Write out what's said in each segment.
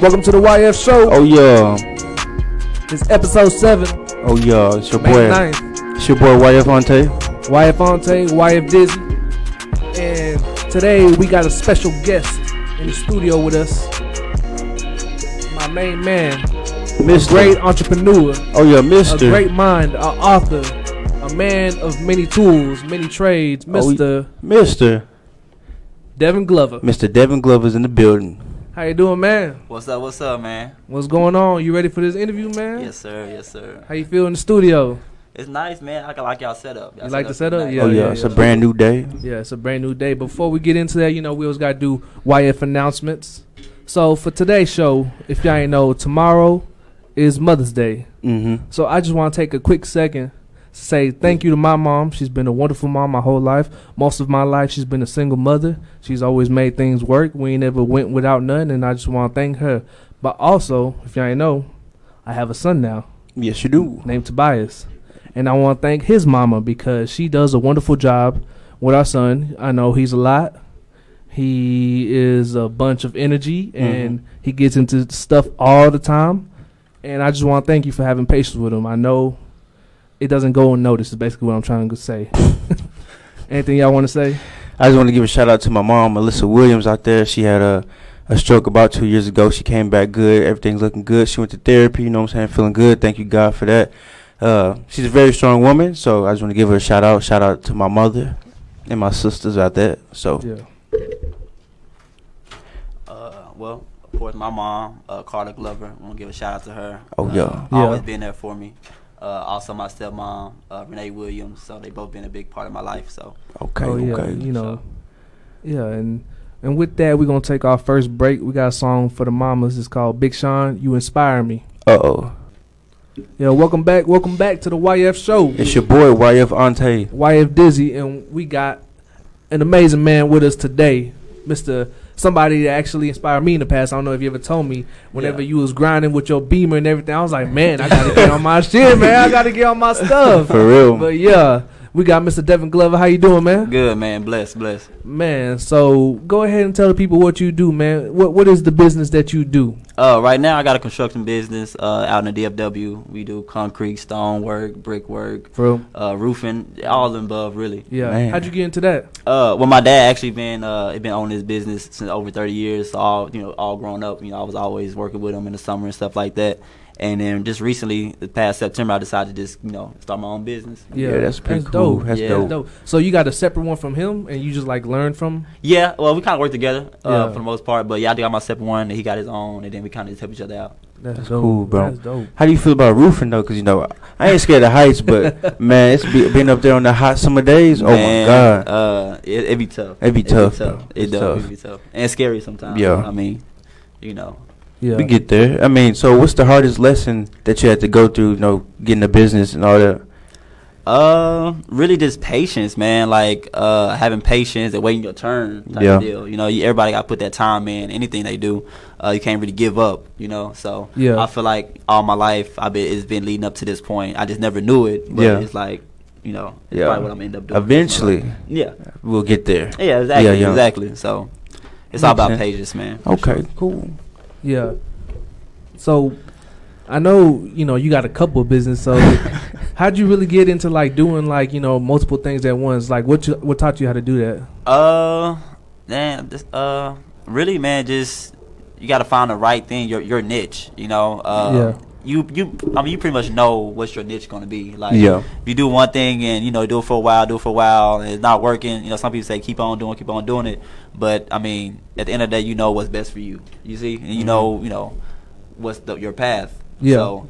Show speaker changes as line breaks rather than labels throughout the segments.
Welcome to the YF Show.
Oh yeah,
It's episode 7,
oh yeah, it's your
May
boy,
9th.
it's your boy YF Fonte.
YF Fonte, YF Dizzy. And today we got a special guest in the studio with us. My main man,
Mister,
great entrepreneur,
oh yeah,
a
Mister,
great mind, an author, a man of many tools, many trades,
Oh, we-
Mr.
Mister,
Devin Glover.
Mister Devin Glover's in the building.
How you doing, man?
What's up? What's up, man?
What's going on? You ready for this interview, man?
Yes, sir. Yes, sir.
How you feel in the studio?
It's nice, man. I can like y'all setup. Y'all
You like the
setup
setup?
is
Yeah,
oh
nice.
yeah,
yeah,
it's
yeah.
a brand new day.
Yeah, it's a brand new day. Before we get into that, you know, we always got to do YF announcements. So for today's show, if y'all ain't know, tomorrow is Mother's Day.
Mm-hmm.
So I just want to take a quick second to say thank you to my mom. She's been a wonderful mom my whole life. Most of my life, she's been a single mother. She's always made things work. We ain't ever went without none, and I just want to thank her. But also, if y'all ain't know, I have a son now
Yes, you do.
named Tobias. And I want to thank his mama because she does a wonderful job with our son. I know he's a lot. He is a bunch of energy and he gets into stuff all the time. And I just want to thank you for having patience with him. I know it doesn't go unnoticed, is basically what I'm trying to say. Anything y'all want to say?
I just want to give a shout out to my mom, Melissa Williams, out there. She had a a stroke about two years ago. She came back good. Everything's looking good. She went to therapy. You know what I'm saying? Feeling good. Thank you, God, for that. Uh, she's a very strong woman. So I just want to give her a shout out. Shout out to my mother and my sisters out there. So
Yeah.
Uh, well, of course, my mom, uh, Carla Glover. I want to give a shout out to her.
Oh,
Uh,
yeah.
always
Yeah.
been there for me. Uh, also my stepmom, uh, Renee Williams. So they both been a big part of my life. So
okay,
oh, yeah,
okay.
you know. Yeah, and and with that, we're going to take our first break. We got a song for the mamas. It's called Big Sean, You Inspire Me.
Uh oh.
Yeah, welcome back. Welcome back to the YF show.
It's your boy YF Ante.
YF Dizzy, and we got an amazing man with us today, Mister. Somebody that actually inspired me in the past. I don't know if you ever told me. Whenever
Yeah.
you was grinding with your beamer and everything, I was like, man, I gotta get on my shit, man. I gotta get on my stuff.
For real.
But yeah, we got Mister Devin Glover. How you doing, man?
good, man. Bless, bless.
Man, so go ahead and tell the people what you do, man. What what is the business that you do?
Uh, right now I got a construction business uh, out in the DFW. We do concrete, stone work, brick work,
Bro.
uh, roofing, all the above, really.
Yeah.
Man.
How'd you get into that?
Uh, well, my dad actually been uh he been owning his business since over thirty years. So all you know, all growing up, you know, I was always working with him in the summer and stuff like that. And then just recently, the past September, I decided to just you know start my own business.
Yeah, that's pretty cool.
dope.
That's
Yeah.
dope.
dope. So you got a separate one from him, and you just like learn from.
Yeah, well, we kind of work together uh,
Yeah.
for the most part, but yeah, I got my separate one, and he got his own, and then we kind of just help each other out.
That's cool, bro.
That's dope.
How do you feel about roofing though? Cause you know I ain't scared of heights, but man, it's be, been up there on the hot summer days. Oh
Man,
my god.
uh, it, it be tough.
It be tough, bro.
It
It's
does.
tough.
It be tough, and scary sometimes.
Yeah.
I mean, you know,
Yeah.
We get there. I mean, so what's the hardest lesson that you had to go through? You know, getting a business and all that.
Uh, really just patience, man. Like uh, having patience and waiting your turn type
Yeah.
of deal. You know, you, everybody got to put that time in. Anything they do, uh, you can't really give up. You know, so
Yeah.
I feel like all my life I've been it's been leading up to this point. I just never knew it. But
Yeah.
it's like, you know, it's
Yeah.
probably what I'm gonna end up doing.
Eventually,
Yeah.
we'll get there.
Yeah. Exactly.
Yeah, yeah.
Exactly. So it's all
Makes
about
sense.
patience, man.
Okay, cool.
Yeah. So, I know you know you got a couple of business. So, how'd you really get into like doing like you know multiple things at once? Like what you, what taught you how to do that?
Uh, man, this, uh, really, man, just you got to find the right thing, your your niche. You know, uh,
Yeah.
you you, I mean, you pretty much know what's your niche gonna be. Like,
Yeah.
if you do one thing and you know do it for a while, do it for a while, and it's not working. You know, some people say keep on doing, keep on doing it, but I mean, at the end of the day, you know what's best for you. You see, and you know, you know, what's the, your path.
Yeah.
So,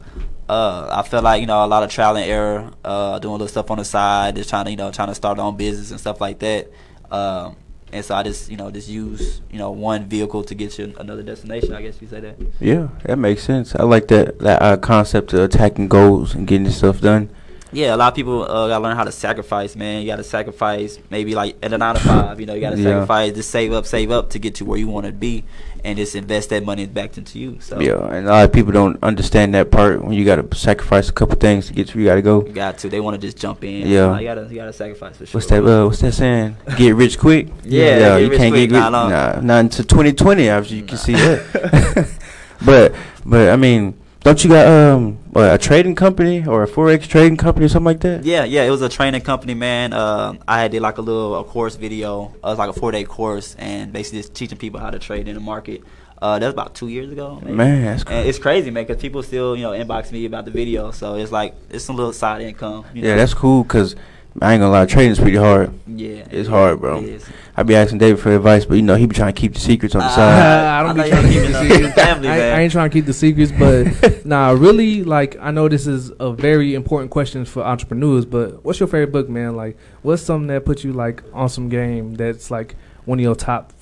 uh, I feel like you know a lot of trial and error, uh, doing little stuff on the side, just trying to you know trying to start on business and stuff like that. Um, and so I just you know just use you know one vehicle to get you another destination. I guess you say that.
Yeah, that makes sense. I like that that uh, concept of attacking goals and getting stuff done.
Yeah, a lot of people uh, gotta learn how to sacrifice, man. You gotta sacrifice maybe like at a nine to five. You know, you gotta
Yeah.
sacrifice, just save up, save up to get to where you want to be, and just invest that money back into you. So
Yeah, and a lot of people don't understand that part when you gotta sacrifice a couple things to get to where you gotta go.
you got to. They want to just jump in.
Yeah.
Nah, you gotta you gotta sacrifice for sure.
What's that? Uh, what's that saying? Get rich quick.
Yeah, get
you
rich
can't
quick.
get rich.
Nah,
Nah,
nah.
not until 2020. After you can see that. but but I mean, don't you got um what, a trading company or a forex trading company or something like that?
Yeah, yeah, it was a training company, man. Uh, I had did like a little a course video. Uh, it was like a four day course, and basically just teaching people how to trade in the market. Uh, that was about two years ago. maybe.
Man, that's crazy.
And it's crazy, man, because people still you know inbox me about the video. So it's like it's some little side income. You
yeah,
know?
that's cool because I ain't gonna lie, trading's pretty hard.
yeah,
It's hard, bro.
It is.
I be asking David for advice, but you know he be trying to keep the secrets on the
Ah.
side.
I don't
I
be
know
trying to
y'all
keep
keeping
the
up with
secrets.
family,
I,
man.
I ain't trying to keep the secrets, but nah, really, like I know this is a very important question for entrepreneurs. But what's your favorite book, man? Like, what's something that put you like on some game that's like one of your top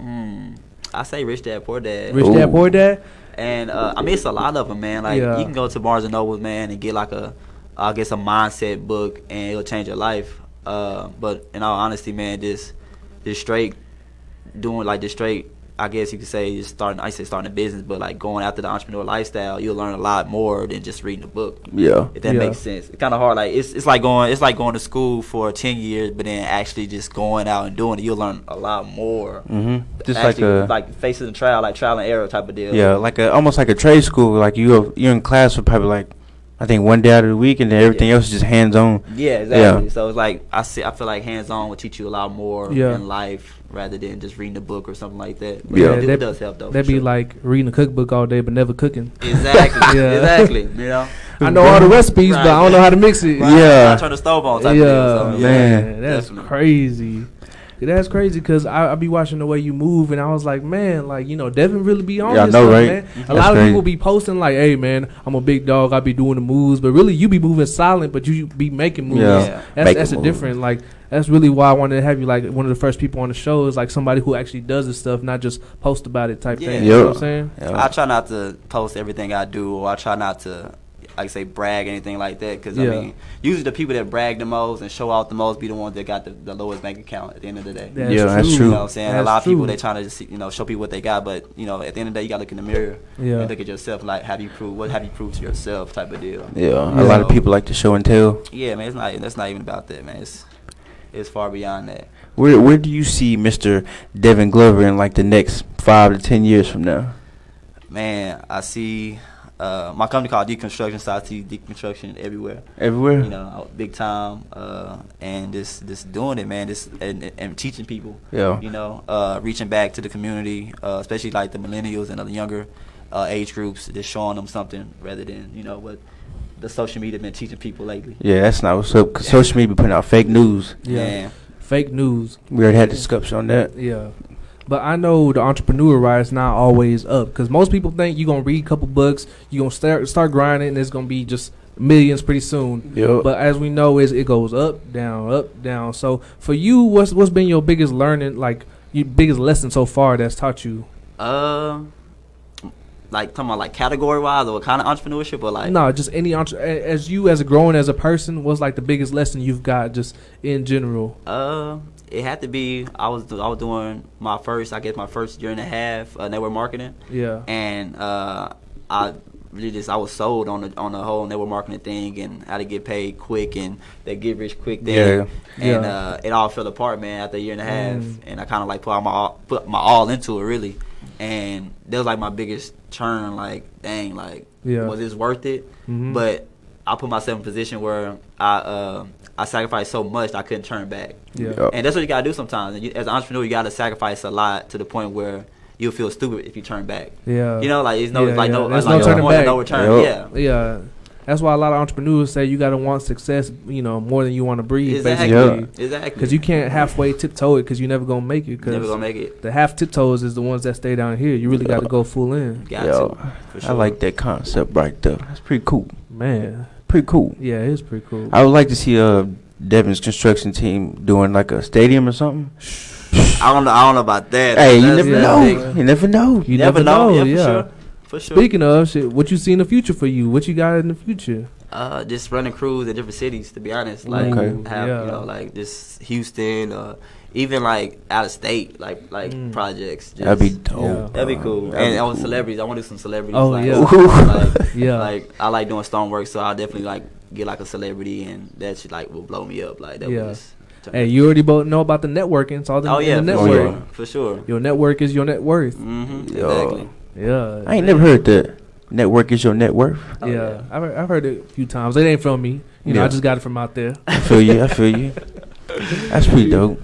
Mm. I say rich dad poor dad.
rich dad
Ooh.
poor dad?
And uh, I mean, it's a lot of them, man. Like
Yeah.
you can go to Barnes and Noble, man, and get like a, I guess a mindset book, and it'll change your life. Uh, but in all honesty, man, just, just straight doing like just straight. I guess you could say just starting. I say starting a business, but like going after the entrepreneur lifestyle, you'll learn a lot more than just reading a book.
Yeah.
If that
Yeah.
makes sense, it's kind of hard. Like it's it's like going it's like going to school for ten years, but then actually just going out and doing it, you'll learn a lot more.
Mm.
Mm-hmm. Just
Actually,
like a
like facing the trial, like trial and error type of deal.
yeah, like a almost like a trade school. Like you go- you're in class for probably like I think one day out of the week, and then everything
Yeah.
else is just hands on.
Yeah, exactly. So it's like I see, I feel like hands on will teach you a lot more
Yeah.
in life rather than just reading a book or something like that.
Yeah.
it,
That-
does help though.
That'd
for
be
sure.
like reading a cookbook all day but never cooking.
exactly,
Yeah.
exactly. You know,
I know all the recipes, but I don't know how to mix it.
Right. Yeah.
I turn the stove on.
Yeah,
Type yeah, deal, so,
man.
that's
Definitely.
crazy. That's crazy because I, I be watching the way you move, and I was like, man, like you know, Devin really be on
Yeah, I
this
know,
stuff,
right?
man. A
That's
lot of
crazy.
people be posting like, hey, man, I'm a big dog. I be doing the moves, but really, you be moving silent, but you be making moves.
Yeah.
Yeah.
That's
Making
that's a
moves.
different like. That's really why I wanted to have you like one of the first people on the show is like somebody who actually does this stuff, not just post about it type
Yeah.
thing. You know
Yeah.
what I'm saying?
I try not to post everything I do, or I try not to, like say, brag anything like that. Because
Yeah.
I mean, usually the people that brag the most and show out the most be the ones that got the, the lowest bank account at the end of the day.
That's
Yeah, that's
You
true.
know what I'm saying?
That's
a lot of people
true.
they trying to just, you know show people what they got, but you know at the end of the day you gotta look in the mirror
Yeah.
and look at yourself like have you proved what have you proved to yourself type of deal.
Yeah, a lot of people like to show and tell.
Yeah, man, it's not that's not even about that, man. It's it's far beyond that.
Where where do you see Mr. Devin Glover in like the next five to ten years from now?
Man, I see uh, my company called Deconstruction, so I see deconstruction everywhere.
Everywhere.
You know, out- big time, uh, and just just doing it, man. Just and, and teaching people.
Yeah.
you know, uh, reaching back to the community, uh, especially like the millennials and the younger uh, age groups, just showing them something rather than you know what the social media been teaching people lately.
Yeah, that's not what's up. 'cause social media be putting out fake news.
Yeah.
Man,
Fake news.
We already had a discussion on that.
Yeah. But I know the entrepreneur ride is not always up because most people think you're gonna read a couple books, you're gonna start start grinding, and it's gonna be just millions pretty soon.
Yep.
But as we know, is it goes up, down, up, down. So for you, what's what's been your biggest learning, like your biggest lesson so far that's taught you?
um, like talking about like category wise or kind of entrepreneurship or like
no, just any entre- a- as you as a growing as a person, what's like the biggest lesson you've got just in general?
Uh, it had to be I was I was doing my first I guess my first year and a half uh, network marketing.
Yeah.
and uh, I really just I was sold on the on the whole network marketing thing and how to get paid quick and that get rich quick thing.
Yeah.
And
Yeah.
Uh, it all fell apart, man, after a year and a half.
Mm.
And I kind of like put all my all, put my all into it really, and that was like my biggest turn. Like, dang, like
Yeah.
was this worth it?
Mhm.
But I put myself in a position where I uh, I sacrificed so much I couldn't turn back.
Yeah.
Yeah.
And that's what you gotta do sometimes. And you, as an entrepreneur, you gotta sacrifice a lot to the point where you'll feel stupid if you turn back.
Yeah.
You know, like it's no,
Yeah,
like no,
yeah. There's
like,
no
no
turning
point of
back.
no return.
Yep.
Yeah,
Yeah. That's why a lot of entrepreneurs say you gotta want success, you know, more than you want to breathe.
exactly,
Basically.
Yeah.
exactly.
Because you can't halfway tiptoe it because you never gonna make it.
never gonna
Because
make it.
the half tiptoes is the ones that stay down here. You really got to go full in,
Got
Yo,
to. For sure.
I like that concept right there. That's pretty cool.
man.
Pretty cool.
Yeah, it's pretty cool.
I would like to see uh Devin's construction team doing like a stadium or something.
I don't know. I don't know about that.
Hey, you
That's-
never
that's
yeah.
know.
big. You
You never know.
you
never, know. Yeah,
yeah.
for sure. For sure.
Speaking of shit, what you see in the future for you? What you got in the future?
uh, just running crews in different cities. To be honest, like
Okay.
have
Yeah.
you know, like just Houston, uh, even like out of state, like like
Mm.
projects. Just,
That'd be dope.
Yeah.
That'd be cool.
That'd
and
be
on
cool.
celebrities, I want to do some celebrities.
Oh,
like,
yeah.
Like,
Yeah.
like, I like doing stone work, so I'll definitely like get like a celebrity, and that shit like will blow me up. Like that
Yeah.
was. Just turn-
Hey, you already both know about the networking. It's all the,
oh yeah,
the
for
Oh,
network.
sure, for sure.
Your network is your net worth.
Mm-hmm,
Yo.
exactly.
Yeah.
I ain't never heard that. Network is your net worth.
Oh,
Yeah, I've, heard, I've heard it a few times. It ain't from me. You know, I
Yeah.
just got it from out there.
I feel you. I feel you. That's pretty dope.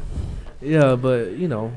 Yeah, but you know,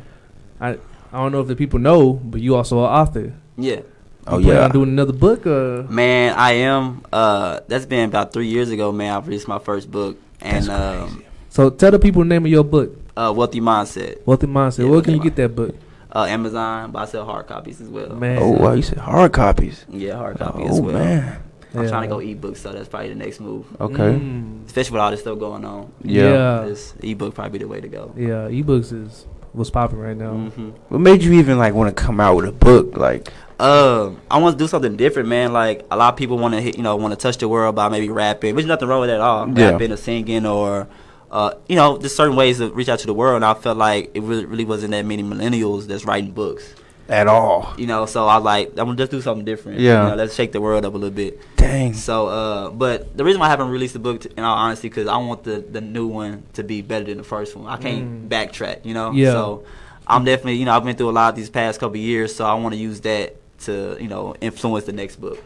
I I don't know if the people know, but you also are author.
Yeah.
Oh
you plan
yeah.
on doing another book. Uh,
Man, I am. Uh, that's been about three years ago, man. I released my first book. And um,
so tell the people the name of your book,
uh, Wealthy Mindset.
Wealthy Mindset.
Yeah,
Where can you
Wealthy
get that book,
Uh, Amazon, but I sell hard copies as well.
man?
Oh wow, you said hard copies.
Yeah, hard copy
Oh
as well.
man.
I'm trying to go
Yeah.
ebooks, so that's probably the next move.
Okay.
Mm.
Especially with all this stuff going on.
Yeah.
Yeah.
This ebook probably be the way to go.
Yeah, ebooks is what's popping right now.
Mm-hmm.
What made you even like want to come out with a book? Like,
Um, I want to do something different, man. Like a lot of people want to, you know, want to touch the world by maybe rapping. There's nothing wrong with that at all.
Yeah.
Rapping or singing or, uh, you know, just certain ways to reach out to the world. And I felt like it really, really wasn't that many millennials that's writing books.
at all?
You know, so I like I'm gonna just do something different.
Yeah.
you know, let's shake the world up a little bit.
Dang.
So, uh, but the reason why I haven't released the book, t- in all honesty, because I want the, the new one to be better than the first one. I
Mm.
can't backtrack, you know.
Yeah.
So, I'm definitely, you know, I've been through a lot these past couple of years, so I want to use that to, you know, influence the next book,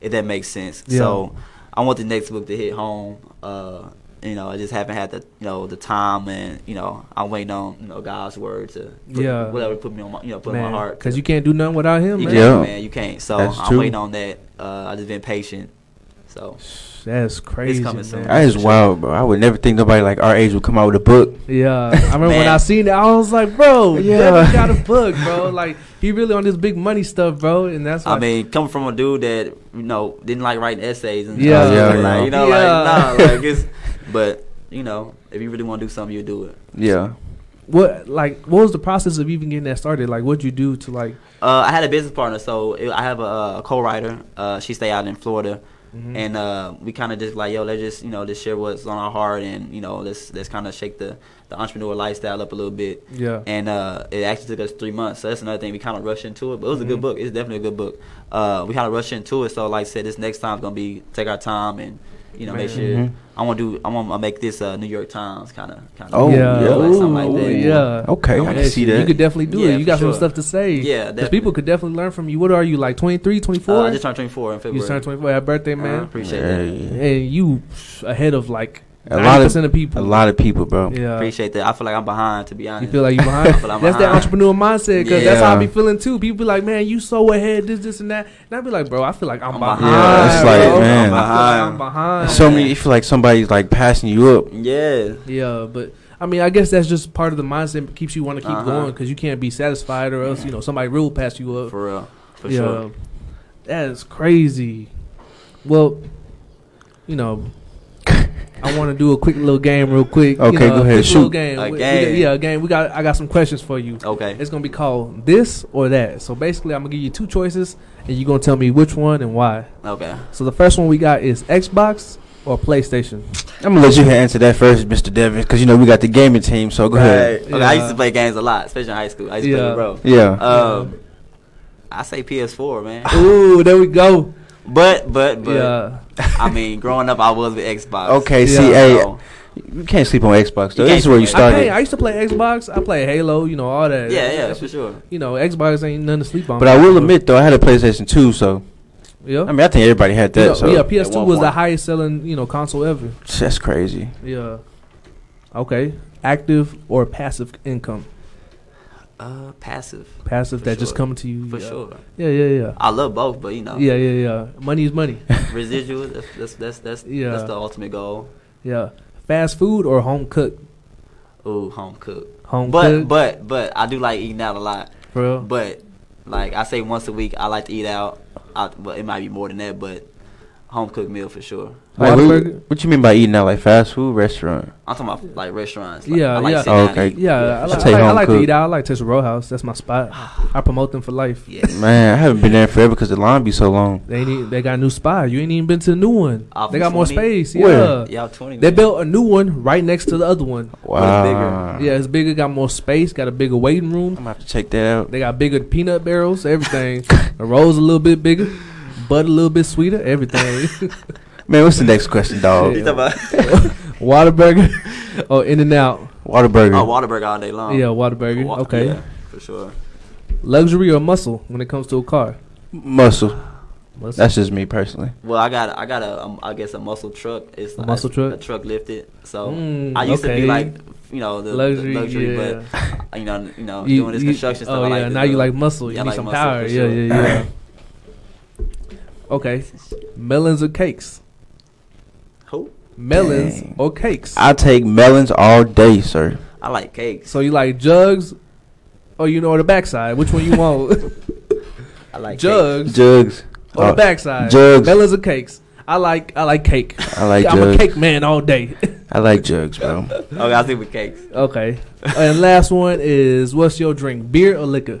if that makes sense.
Yeah.
So, I want the next book to hit home. Uh, you know, I just haven't had the, you know, the time, and you know, I'm waiting on, you know, God's word to, put,
Yeah.
whatever put me on my, you know, put in
man,
my heart.
because
to-
you can't do nothing without him.
you
man.
can't,
Yeah.
man. You can't. So
That's
I'm
true.
waiting on that. Uh, I just been patient. So
That's crazy.
coming soon.
man.
That is wild, bro. I would never think nobody like our age would come out with a book.
Yeah, I remember when
Man.
I seen it, I was like, "Bro,
Yeah.
yeah, got a book, bro. Like he really on this big money stuff, bro." And that's why
I mean, coming from a dude that you know didn't like writing essays and
Yeah.
stuff,
Yeah,
like,
yeah.
you know,
Yeah.
like nah, like it's. But you know, if you really want to do something, you do it.
Yeah.
what like what was the process of even getting that started? Like, what'd you do to like?
Uh, I had a business partner, so it, I have a, a co-writer. Uh, she stay out in Florida,
Mm-hmm.
Mhm.
and uh, we kind of just like, yo, let's just you know, just share what's on our heart, and you know, let's let's kind of shake the the entrepreneur lifestyle up a little bit.
Yeah,
and uh, it actually took us three months. So that's another thing we kind of rushed into it, but it was a good
Mhm.
book. It's definitely a good book. Uh, we kind of rushed into it, so like I said, this next time's gonna be take our time and you know make
Man.
sure
Mhm.
Mm-hmm.
I want to do I want to make this uh, New York Times kind of kind of
Oh,
yeah,
yeah.
like something like
Ooh,
that. Uh,
yeah.
Okay, I
Yeah,
can see
shit, You
that.
could definitely do
Yeah,
it. You
for
got some
sure.
stuff to say.
Yeah,
because
definitely.
people could definitely learn from you. What are you like 23, 24?
Uh, I just turned 24 in February.
you just turned 24. Happy birthday,
Uh,
man!
appreciate that.
Yeah.
And you ahead of like
A
90%
lot of-
of people.
A lot of people, bro.
Yeah.
Appreciate that. I feel like I'm behind to be
You
honest.
feel like you behind.
I feel I'm
that's that
behind.
entrepreneur mindset because that's how I
Yeah.
be feeling too. People be like, "Man, you so ahead, this, this, and that." And I be like, "Bro, I feel like I'm,
I'm
behind."
behind.
Yeah, it's like,
bro.
man.
I feel like I'm
Behind.
behind.
So many. You feel like somebody's like passing you up.
yeah.
yeah, but I mean, I guess that's just part of the mindset that keeps you want to keep
Uh-huh.
going because you can't be satisfied or else you know somebody real pass you up.
For real. For
yeah,
sure.
that is crazy. Well, you know. I want to do a quick little game, real quick.
Okay,
you know,
go ahead,
quick Little
shoot.
game.
A
We- we-
game.
yeah, a game. We got. I got some questions for you.
Okay.
It's gonna be called this or that. So basically, I'm gonna give you two choices, and you're gonna tell me which one and why.
Okay.
So the first one we got is Xbox or PlayStation.
I'm gonna let you answer that first, Mr. Devin, because you know we got the gaming team. So go ahead.
Okay. I used
Yeah.
to play games a lot, especially in high school. I used to play
Yeah.
with bro.
Yeah.
Um, I say PS4, man.
Ooh, there we go.
But but but
yeah,
I mean, growing up, I was with Xbox.
okay.
Yeah.
See, hey,
So,
you can't sleep on Xbox though. This
You can't
is where you
sleep on
I,
started.
Xbox.
play, I used to play Xbox. I play Halo. You know all that.
yeah, yeah,
That's-
for sure.
You know Xbox ain't nothing to sleep on.
But I will admit though, I had a PlayStation 2, so
yeah.
I mean, I think everybody had
You know,
that. So
yeah,
yeah,
PS2
one
was the
point.
highest selling you know console ever.
that's crazy.
Yeah. Okay, active or passive income?
Uh, passive
Passive
For
that just
sure.
coming to you.
for
yeah.
sure.
Yeah, yeah, yeah.
I love both, but you know,
Yeah, yeah, yeah. Money is money.
residual. That's that's that's that's,
Yeah.
that's the ultimate goal.
Yeah. Fast food or home cooked?
Ooh, home cook.
Home Oh.
but
cooked,
but but I do like eating out a lot.
for real.
But like I say, once a week, I like to eat out. I, well, it might be more than that, but home cooked meal for sure.
Like,
Whataburger?
what, what you mean by eating out like fast food restaurant?
I'm talking about like restaurants. Like,
Yeah,
I like
yeah.
sitting down and
Okay.
eating.
yeah, I,
I'll
like, I
take
like, I
home
like to
cooked.
eat out. I like Tessa Row House. That's my spot. I promote them for life.
Yes.
Man, I haven't been there forever because the line be so long.
They need, they got a new spot. You ain't even been to the new one.
Off
they
of
got more
20?
space.
Where?
Yeah.
Y'all twenty.
Uh, They
man.
built a new one right next to the other one.
Wow.
Yeah, Oh, it's bigger, got more space, got a bigger waiting room.
I'm gonna have to check that out.
They got bigger peanut barrels, everything. the rolls a little bit bigger, butt a little bit sweeter, everything.
Man, what's the next question, dog?
You talking about?
Whataburger or Oh, In and Out.
Waterburger.
Oh, Waterburger all day long.
yeah, Whataburger.
Wa-
okay.
yeah, for sure.
Luxury or muscle when it comes to a car?
Muscle.
Muscle.
That's just me personally.
Well, I got I got a um, I guess a muscle truck. It's
A muscle
it's
truck?
A truck lifted. So
Mm,
I used to
okay.
be like, you know, the the
luxury,
luxury,
yeah.
but uh, you know, you know,
You-
doing this
you-
construction stuff.
Oh
I
yeah,
like to
now
do.
you like muscle. You
Yeah, I
need
like
some
muscle for
power.
sure.
Yeah, yeah, yeah. okay, melons or cakes?
Who?
Melons
Dang.
or cakes?
I take melons all day, sir.
I like cakes.
so you like jugs? Oh, you know the backside. Which one you want?
I like cakes.
jugs
Jugs.
or the
Oh,
backside?
jugs.
Melons or cakes? I like I like cake.
I like
I'm a
jugs.
cake man all day.
I like jugs, bro.
Okay, I think with cakes.
okay, and last one is what's your drink? Beer or liquor?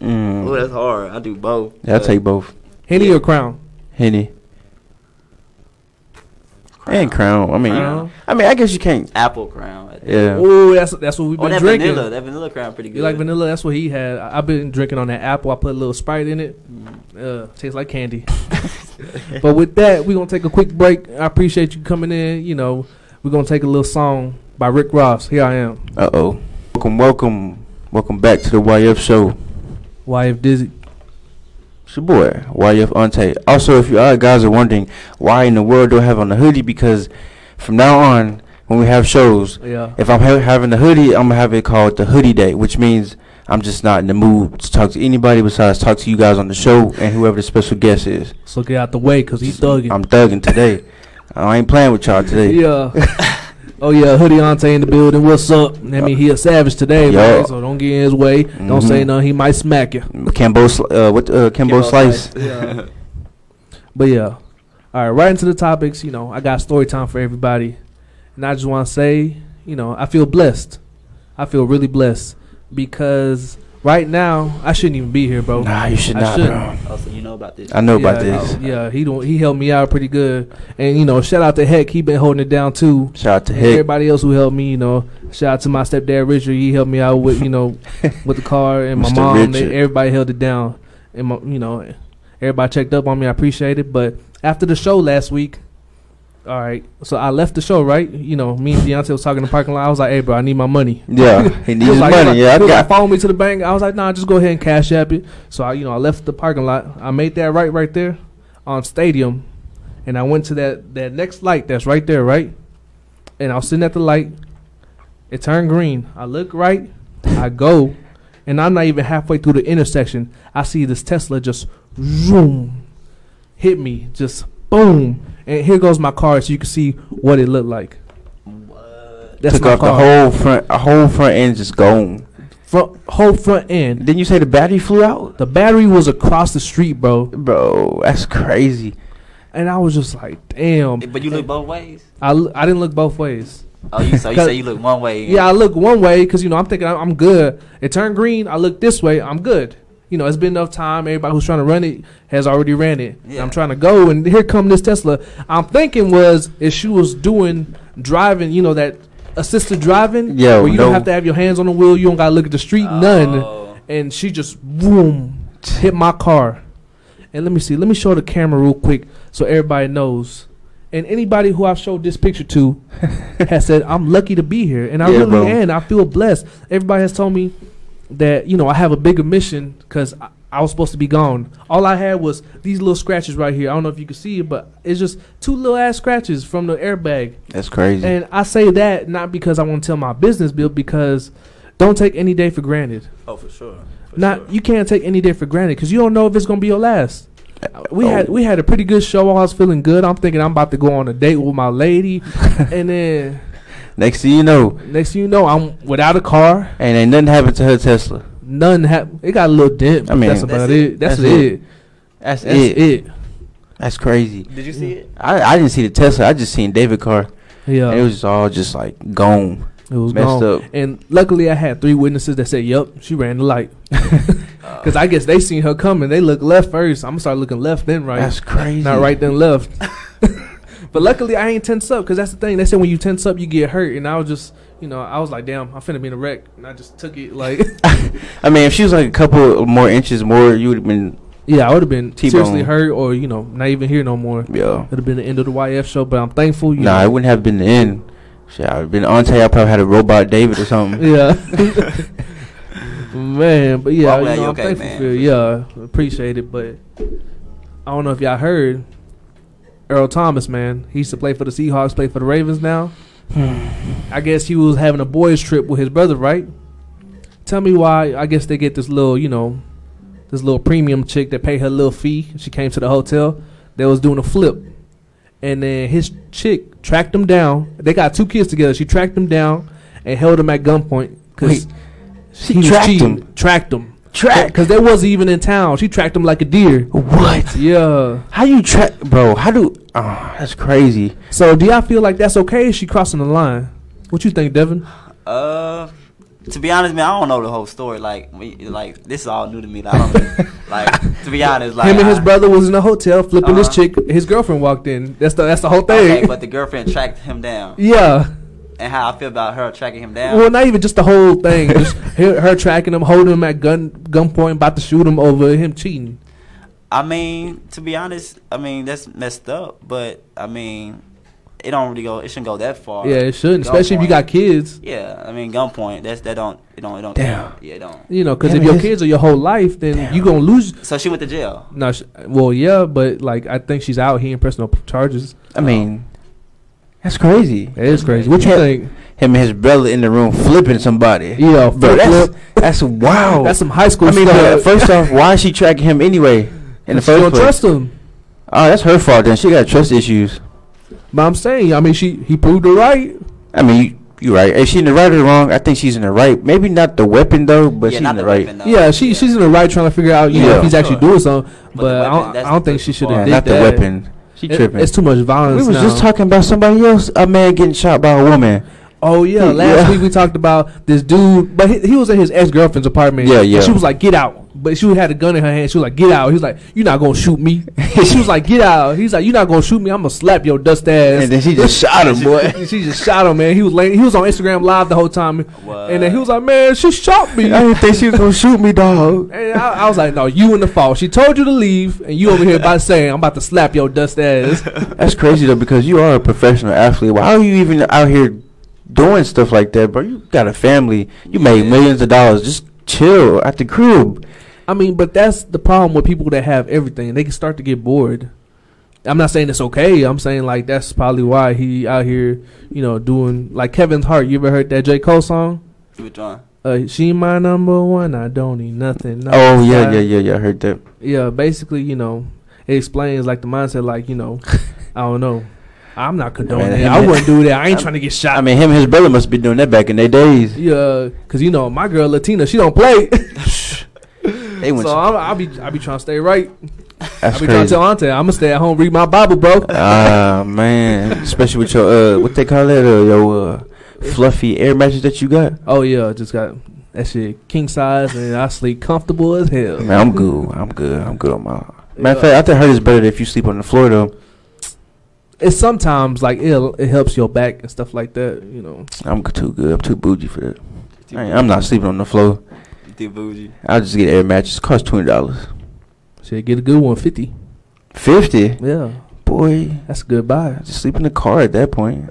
Oh,
Mm.
that's hard. I do both.
Yeah, I
but
take both.
Henny or Crown?
Henny and Crown. I mean,
Crown.
I mean, I guess you can't.
apple crown. I think.
Yeah.
Ooh, that's that's what we've
Oh,
been
that
drinking.
vanilla. That vanilla crown pretty good.
You like vanilla? That's what he had. I- I've been drinking on that apple. I put a little Sprite in it.
Mm.
Uh, tastes like candy. but with that, we're going to take a quick break. I appreciate you coming in. You know, we're going to take a little song by Rick Ross. Here I am.
Uh oh. Welcome, welcome, welcome back to the YF show.
YF Dizzy.
It's your boy YF Ante. Also, if you are guys are wondering why in the world do I have on the hoodie, because from now on, when we have shows,
Yeah.
if I'm ha- having the hoodie, I'm gonna have it called the hoodie day, which means I'm just not in the mood to talk to anybody besides talk to you guys on the show and whoever the special guest is.
So get out the way because he's thugging.
I'm thugging today. I ain't playing with y'all today.
yeah. oh, yeah. Hoodie Ante in the building. What's up? I mean, he a savage today,
Yeah.
man. So don't get in his way. Don't say
Mm-hmm.
Mhm.
nothing. He might smack you.
Cambo, sli- uh, what? Uh, Cambo,
Kimbo
slice.
Yeah. but yeah. All right, right into the topics. You know, I got story time for everybody. And I just want to say, you know, I feel blessed. I feel really blessed because right now I shouldn't even be here, bro.
Nah, you should
I
not,
shouldn't.
bro.
Oh, so you know about this.
I know about
yeah,
this.
Yeah, he don't, he helped me out pretty good. And you know, shout out to Heck, he been holding it down too.
Shout out to
And
Hick.
everybody else who helped me, you know, shout out to my stepdad Richard. He helped me out with, you know, with the car and my
Mr.
mom. They,
Richard.
everybody held it down, and my, you know, everybody checked up on me. I appreciate it. But after the show last week, all right, so I left the show. Right, you know, me and Deontay was talking in the parking lot. I was like, "Hey, bro, I need my money."
Yeah, he
He
needs
was
his
like, he was
money. Yeah, I
like, he was like,
got.
phone me to the bank. I was like, nah, just go ahead and cash app it. So I, you know, I left the parking lot. I made that right, right there, on Stadium, and I went to that that next light that's right there, right. And I was sitting at the light. It turned green. I look right. I go, and I'm not even halfway through the intersection. I see this Tesla just zoom, hit me, just boom, and here goes my car. So you can see what it looked like.
What?
That's
took
my
off
car.
the whole front, a whole front end just gone.
front, whole front end.
Didn't you say the battery flew out,
The battery was across the street, bro.
bro? That's crazy.
And I was just like, damn.
But you look both ways.
I, l- I didn't look both ways.
Oh, you so you say you look one way. and-
Yeah, I look one way because, you know, I'm thinking I'm, I'm good. It turned green. I look this way. I'm good. You know, it's been enough time. Everybody who's trying to run it has already ran it. And
Yeah.
I'm trying to go, and here come this Tesla. I'm thinking was if she was doing driving, you know, that assisted driving,
Yo,
where you don't
no.
have to have your hands on the wheel, you don't got to look at the street, none.
Oh.
and she just boom hit my car. And let me see, let me show the camera real quick so everybody knows. And anybody who I've showed this picture to has said, I'm lucky to be here. And I
Yeah,
really
bro.
am. I feel blessed. Everybody has told me that, you know, I have a bigger mission because I, I was supposed to be gone. All I had was these little scratches right here. I don't know if you can see it, but it's just two little ass scratches from the airbag.
That's crazy.
And I say that not because I want to tell my business, Bill, because don't take any day for granted
Oh, for sure. For
not
sure.
you can't take any day for granted because you don't know if it's gonna be your last. We
oh.
had we had a pretty good show. I was feeling good. I'm thinking I'm about to go on a date with my lady, and then
Next thing you know,
next thing you know, I'm without a car.
and ain't nothing happened to her Tesla.
None happened. It got a little dent.
I
I
mean,
mean, that's about
That's
it.
it.
That's,
That's
it.
it. That's,
That's
it.
it.
That's crazy.
Did you see it?
I, I didn't see the Tesla. I just seen David Carr.
Yeah,
And it was just all just like gone, messed
gone.
up.
And luckily, I had three witnesses that said, "Yep, she ran the light." Because I guess they seen her coming. They look left first. I'm gonna start looking left then right.
That's crazy.
Not right then left. but luckily, I ain't tense up because that's the thing. They said when you tense up, you get hurt. And I was just, you know, I was like, damn, I'm finna be in a wreck. And I just took it like,
I mean, if she was like a couple more inches more, you would have been,
yeah, I would have been
T-bone.
seriously hurt or, you know, not even here no more.
yo.
It'd have been the end of the YF show, but I'm thankful. You
Nah, it
know.
wouldn't have been the
uh,
end. Shit, I would have been on tape. I probably had a robot David or something.
yeah. Man, but yeah,
Well, I'm glad
you know,
you
I'm
okay,
thankful
man,
for you. Yeah, appreciate it. But I don't know if y'all heard Earl Thomas, man. He used to play for the Seahawks, play for the Ravens now. I guess he was having a boys' trip with his brother, right? Tell me why. I guess they get this little, you know, this little premium chick that paid her little fee. She came to the hotel. They was doing a flip. And then his chick tracked him down. They got two kids together. She tracked him down and held him at gunpoint.
Wait,
Cause
she
he was
tracked
cheating.
him?
Tracked him.
Track.
Because they wasn't even in town. She tracked him like a deer.
What?
Yeah.
How you track, bro? How do? Oh, that's crazy.
So do y'all feel like that's okay? Is she crossing the line? What you think, Devin?
Uh, to be honest, man, I don't know the whole story. Like, we, like this is all new to me. Like, I don't, like to be honest, like
Him and his
I-
brother was in a hotel flipping his
Uh-huh.
chick. His girlfriend walked in. That's the that's the whole thing.
Okay, but the girlfriend tracked him down,
yeah.
and how I feel about her tracking him down.
Well, not even just the whole thing. just her, her tracking him, holding him at gun gunpoint, about to shoot him over him cheating.
I mean, to be honest, I mean that's messed up, but I mean, it don't really go. It shouldn't go that far.
Yeah, it shouldn't, especially if you
Gunpoint.
got kids.
Yeah, I mean gunpoint. That's that don't it don't it don't
Damn.
yeah it don't.
You know, because
Damn,
if your
his-
kids are your whole life, then
Damn.
you gonna lose.
So she went to jail.
No, sh- well, yeah, but like I think she's out here in personal p- charges.
I mean, that's crazy.
It is crazy. What you
Yeah.
think?
Him and his brother in the room flipping somebody.
Yeah,
bro,
flip,
that's
flip.
that's wow.
That's some high school
I mean,
stuff.
but first off, why is she tracking him anyway? In the
She don't
first place,
trust him.
oh, that's her fault. Then she got trust issues.
But I'm saying, I mean, she he proved her right.
I mean, you, you right. Is she in the right or wrong? I think she's in the right. Maybe not the weapon though, but
yeah,
she's in the, right.
weapon, though.
yeah, she she's in the right trying to figure out you know
Yeah.
if he's actually
Sure.
doing something. But,
But the
I
weapon,
don't,
that's
I don't think
the
she should
Yeah,
have
part.
did
not the
that.
weapon. She
It-
tripping.
it's too much
we
violence
was
now.
just talking about somebody else. A man getting shot by a woman.
oh yeah, last
Yeah.
week we talked about this dude, but he, he was in his ex girlfriend's apartment.
Yeah,
And
yeah.
she was like, "Get out!" But she had a gun in her hand. She was like, "Get out!" He was like, "You're not gonna shoot me." she was like, "Get out!" He's like, "You're not gonna shoot me. I'm gonna slap your dust ass."
And then she just shot him, boy.
And she just shot him, man. He was laying, he was on Instagram live the whole time,
What?
and then he was like, "Man, she shot me."
I didn't think she was gonna shoot me, dog.
And I, I was like, "No, you in the fall. She told you to leave, and you over here about saying I'm about to slap your dust ass."
That's crazy though, because you are a professional athlete. Why are you even out here doing stuff like that, bro? You got a family. You made
Yeah.
millions of dollars. Just chill at the crib.
I mean, but that's the problem with people that have everything. They can start to get bored. I'm not saying it's okay. I'm saying like that's probably why he out here, you know, doing like Kevin's Hart. You ever heard that J Cole song?
Which one?
Uh, she my number one. I don't need nothing. no,
oh yeah,
I-
yeah, yeah, yeah. I heard that.
Yeah, basically, you know, it explains like the mindset, like you know, I don't know, I'm not condoning
Man,
it.
him
I
and-
wouldn't do that. I ain't
I'm-
trying to get
I
shot.
mean, him and his brother must be doing that back in their days.
yeah, cause you know my girl Latina, she don't play,
They went.
so I'm, I'll be I'll be trying to stay right.
that's
I'll be trying to
crazy.
tell Auntie I'm gonna stay at home read my Bible, bro.
Ah man, especially with your uh, what they call that uh, your uh, fluffy air mattress that you got.
Oh yeah, just got that shit king size, and I sleep comfortable as hell.
Man, I'm good. I'm good. I'm good on my. Matter of
Yeah.
fact, I think hurt is better if you sleep on the floor though.
It's sometimes like it it helps your back and stuff like that, you know.
I'm too good. I'm too bougie for that. I ain't- I'm not sleeping on the floor.
Too bougie.
I'll just get an air mattress. Cost twenty dollars.
Shit, get a good one, fifty.
Fifty.
Yeah,
Boy,
that's a good buy.
I just sleep in the car at that point.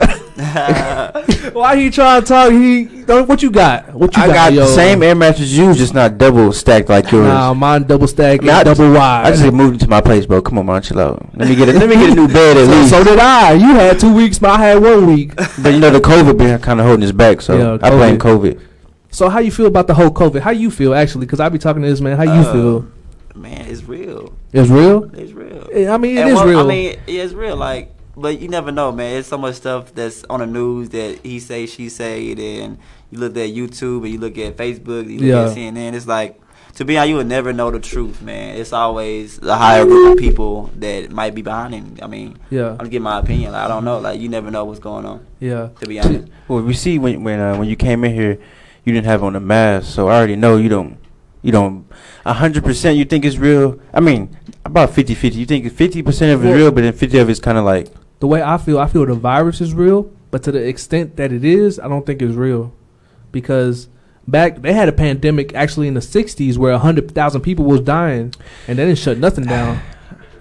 Why he trying to talk? He don't- what you got? What you
I got
yo?
the same air mattress you, just not double stacked like yours.
Nah, mine double stack
I mean, I
and
just-
double wide.
I just moved into my place, bro. Come on, man, chill out. Let me get a, let me get a new bed at
so,
least.
so did I. You had two weeks, but I had one week.
But you know the COVID been kind of holding us back, so
Yeah,
I blame COVID.
So how you feel about the whole COVID? How you feel actually? Because I be talking to this man. How you
Uh,
feel?
Man, it's real.
It's real.
It's real.
Eh, I mean, it
And
is
well,
real.
I mean, yeah, it's real. Like, but you never know, man. It's so much stuff that's on the news that he say, she say. Then you look at YouTube and you look at Facebook, you look at
Yeah.
CNN. It's like, to be honest, you would never know the truth, man. It's always a higher group of people that might be behind him. I mean,
yeah,
I'm getting my opinion. Like, I don't know. Like, you never know what's going on.
yeah.
To be honest,
Well, we see when when uh, when you came in here, you didn't have on a mask, so I already know you don't. You don't. A hundred percent. You think it's real. I mean, about 50-50. You think fifty percent of
Well-
it's real, but then fifty of it's kind of like
The way I feel, I feel the virus is real, but to the extent that it is, I don't think it's real, because back they had a pandemic actually in the '60s where hundred thousand people was dying, and they didn't shut nothing down.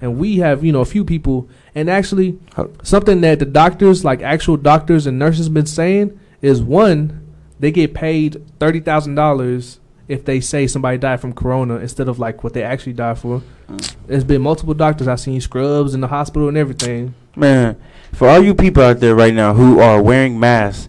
And we have, you know, a few people, and actually,
How-
something that the doctors, like actual doctors and nurses, been saying is one, they get paid thirty thousand dollars if they say somebody died from corona instead of like what they actually died for.
Mm.
There's been multiple doctors I've seen scrubs in the hospital and everything.
Man, for all you people out there right now who are wearing masks,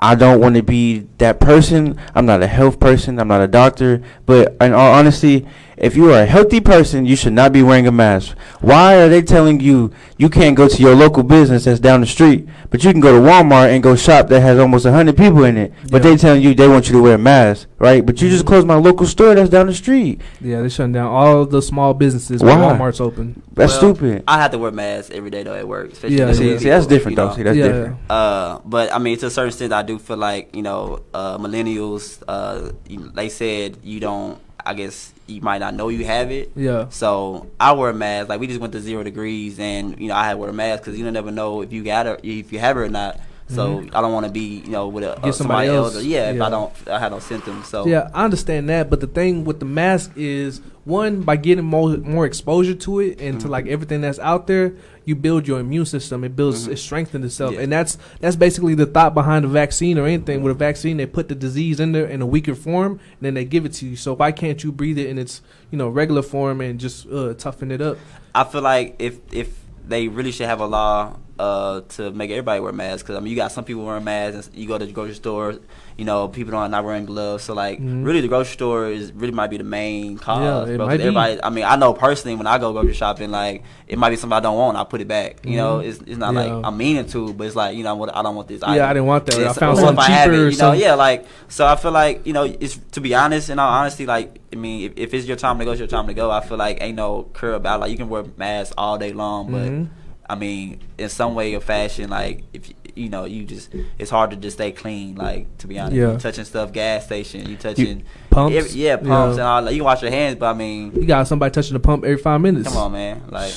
I don't want to be that person. I'm not a health person. I'm not a doctor. But in all honesty, if you are a healthy person, you should not be wearing a mask. Why are they telling you you can't go to your local business that's down the street, but you can go to Walmart and go shop that has almost 100 people in it? But
Yeah.
they telling you they want you to wear a mask, right? But you
Mm-hmm.
just
Mhm.
closed my local store that's down the street.
Yeah, they're shutting down all the small businesses.
Why?
Why? Walmart's open.
That's
Well,
stupid.
I have to wear masks every day though at work. Especially
Yeah,
with
see,
yeah.
people,
see, that's different,
you
though.
know.
See, that's
yeah,
different.
Uh, but I mean, to a certain extent, I do feel like you know, uh, millennials. Uh, you- they said you don't. I guess you might not know you have it.
yeah,
So I wear a mask. Like we just went to zero degrees, and you know I had to wear a mask because you don't never know if you got it, if you have it or not. So I don't want to be you know with a,
Mm-hmm. Get
uh,
somebody
somebody,
else.
else. Yeah, if
Yeah.
I don't, I had no symptoms. So
yeah. I understand that, but the thing with the mask is one by getting more more exposure to it and to
Mhm.
like everything that's out there, you build your immune system. It builds,
Mhm.
it strengthens itself,
Yeah.
and that's that's basically the thought behind a vaccine or anything. With a vaccine, they put the disease in there in a weaker form, and then they give it to you. So why can't you breathe it in its you know regular form and just uh, toughen it up?
I feel like if if they really should have a law uh, to make everybody wear masks, because I mean, you got some people wearing masks. And you go to the grocery store, you know, people don't not wearing gloves. So like,
Mhm.
really, the grocery store is really might be the main cause.
Yeah, it
bro, 'cause
might be.
everybody, I mean, I know personally when I go grocery shopping, like it might be something I don't want. I put it back. You know,
Mhm.
it's it's not
Yeah.
like I'm meaning to, but it's like you know, I want- I don't want this.
Yeah, I didn't want that. I
It's-
found
or
something
if I have
cheaper.
it,
or
you know,
something.
yeah, like so. I feel like you know, it's to be honest, in all honesty, like I mean, if, if it's your time to go, it's your time to go. I feel like ain't no cure about. it. Like you can wear masks all day long, but
Mhm.
I mean, in some way or fashion, like if you- you know, you just it's hard to just stay clean. Like to be honest,
Yeah.
you touching stuff, gas station, you touching
Pumps.
ev- yeah, pumps and all. that. you can wash your hands, but I mean,
You got somebody touching the pump every five minutes.
come on, man, like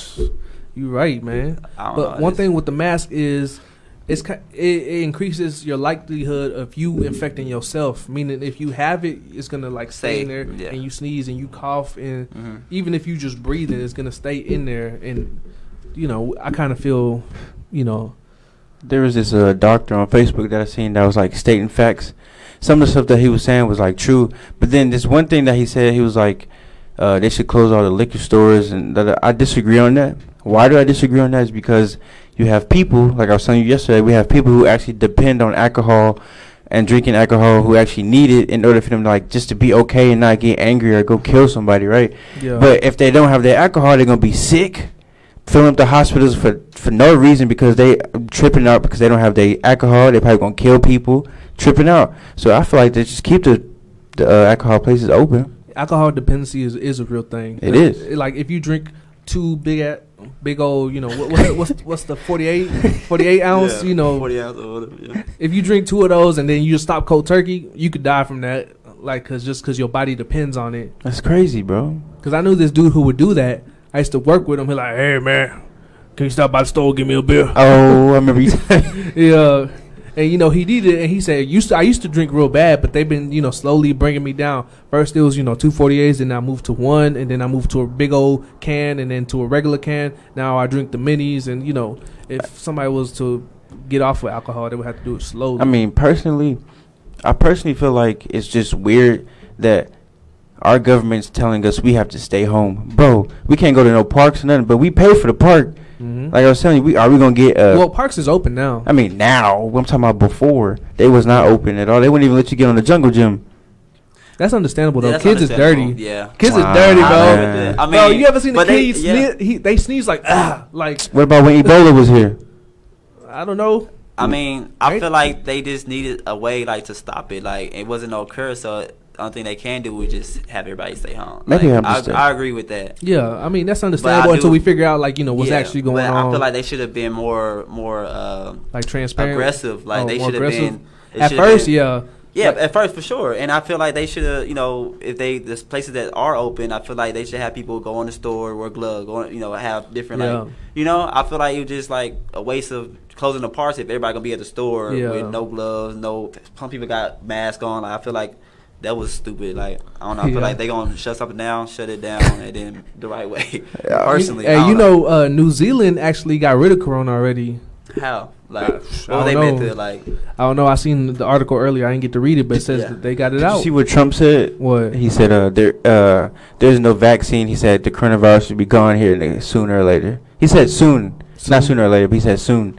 You right, man.
I don't
But
know.
one
It's-
thing with the mask is, it's ki- it, it increases your likelihood of you infecting yourself. Meaning, if you have it, it's gonna like stay in
Stay,
there,
yeah.
and you sneeze and you cough, and
Mhm.
even if you just breathe it, it's gonna stay in there. And you know, I kind of feel, you know,
There was this uh, doctor on Facebook that I seen that was like stating facts. Some of the stuff that he was saying was like true, but then this one thing that he said, he was like, uh, "They should close all the liquor stores," and that I disagree on that. Why do I disagree on that? Is because you have people like I was telling you yesterday. We have people who actually depend on alcohol and drinking alcohol who actually need it in order for them to like just to be okay and not get angry or go kill somebody, right?
yeah,
But if they don't have their alcohol, they're gonna be sick, filling up the hospitals for for no reason because they tripping out because they don't have their alcohol. They probably gonna kill people tripping out. So I feel like they just keep the the uh, alcohol places open.
alcohol dependency is is a real thing.
It is.
Like if you drink two big at big old, you know, what, what's, the, what's what's the 48, 48 ounce,
Yeah,
you know,
40 ounce or whatever, yeah.
if you drink two of those and then you just stop cold turkey, you could die from that. Like, cause just cause your body depends on it.
That's crazy, bro.
Cause I knew this dude who would do that. I used to work with him. He like, hey man, can you stop by the store give me a beer?
Oh, I remember you.
yeah. And you know he did it, and he said, "Used to I used to drink real bad, but they've been you know slowly bringing me down. First it was you know two forty eights, then I moved to one, and then I moved to a big old can, and then to a regular can. Now I drink the minis, and you know if somebody was to get off with alcohol, they would have to do it slowly.
I mean, personally, I personally feel like it's just weird that our government's telling us we have to stay home, bro. We can't go to no parks or nothing, but we pay for the park.
Mhm.
Like I was telling you, we are we gonna get uh,
well, parks is open now.
I mean, now I'm talking about before they was not open at all. They wouldn't even let you get on the jungle gym.
That's understandable though.
Yeah, that's
kids is dirty.
understandable. Yeah.
Kids
Wow.
is dirty,
I agree
bro.
with
Man.
that. I mean,
bro, you ever seen a
but
kid
they-
sneeze?
yeah.
He, they sneeze like ah, like
What about when Ebola was here?
I don't know.
I mean, I
Right?
feel like they just needed a way like to stop it. Like it wasn't no cure, so the only thing they can do is just have everybody stay home.
Maybe I'm
Like,
just-
I, I agree with that.
Yeah, I mean that's
But
understandable
I
until
do-
we figure out like you know what's
Yeah,
actually going
but I
on.
feel
Like,
like they should have been more more uh,
transparent,
aggressive. Like
Oh,
they
more
should have
aggressive?
been it
At
should've
first,
been-
yeah,
yeah,
Like-
at first for sure. And I feel like they should have, you know, if they there's places that are open, I feel like they should have people go in the store, wear gloves, go, on, you know, have different
Yeah.
like, you know, I feel like it was just like a waste of closing the parts if everybody gonna be at the store
Yeah.
with no gloves, no some people got masks on. Like, I feel like that was stupid. Like I don't know. I feel
Yeah.
like they gonna shut something down, shut it down, and then the right way.
Yeah.
Personally,
You,
I
hey,
don't
you know, uh, New Zealand actually got rid of Corona already.
How? Like,
I
what
don't
they meant
know.
to like?
I don't know. I seen the article earlier. I didn't get to read it, but it says
Yeah.
that they got it
Did you
out.
see what Trump said?
What?
He said, "Uh, there, uh, there's no vaccine." He said the coronavirus should be gone here nigga, sooner or later. He said soon, not sooner or later, but he said soon.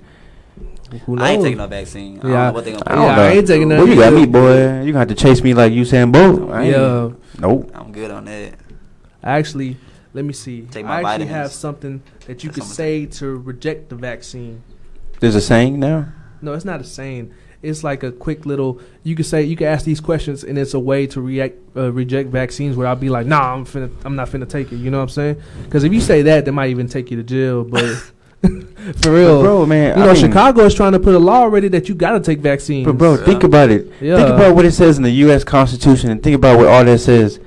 Who
I ain't
knows?
taking no vaccine. I don't
Yeah.
know what they gonna
I
put.
don't
Yeah,
know.
I ain't taking
Well,
nothing
you got
either.
me, boy. You gonna have to chase me like Usain Bolt. I ain't-
Yeah.
Nope.
I'm good on that.
Actually, let me see.
Take
I
my
actually
vitamins.
have something that you
That's
could
something.
say to reject the vaccine.
There's a saying now.
No, it's not a saying. It's like a quick little. You could say you could ask these questions, and it's a way to react uh, reject vaccines. Where I'll be like, Nah, I'm finna, I'm not finna take it. You know what I'm saying? Because if you say that, they might even take you to jail. But for real,
But bro, man.
you
I
know,
mean-
Chicago is trying to put a law already that you gotta take vaccines.
But bro,
Yeah.
think about it. Think
uh, Yeah.
about what it says in the U.S. Constitution, and think about what all that says.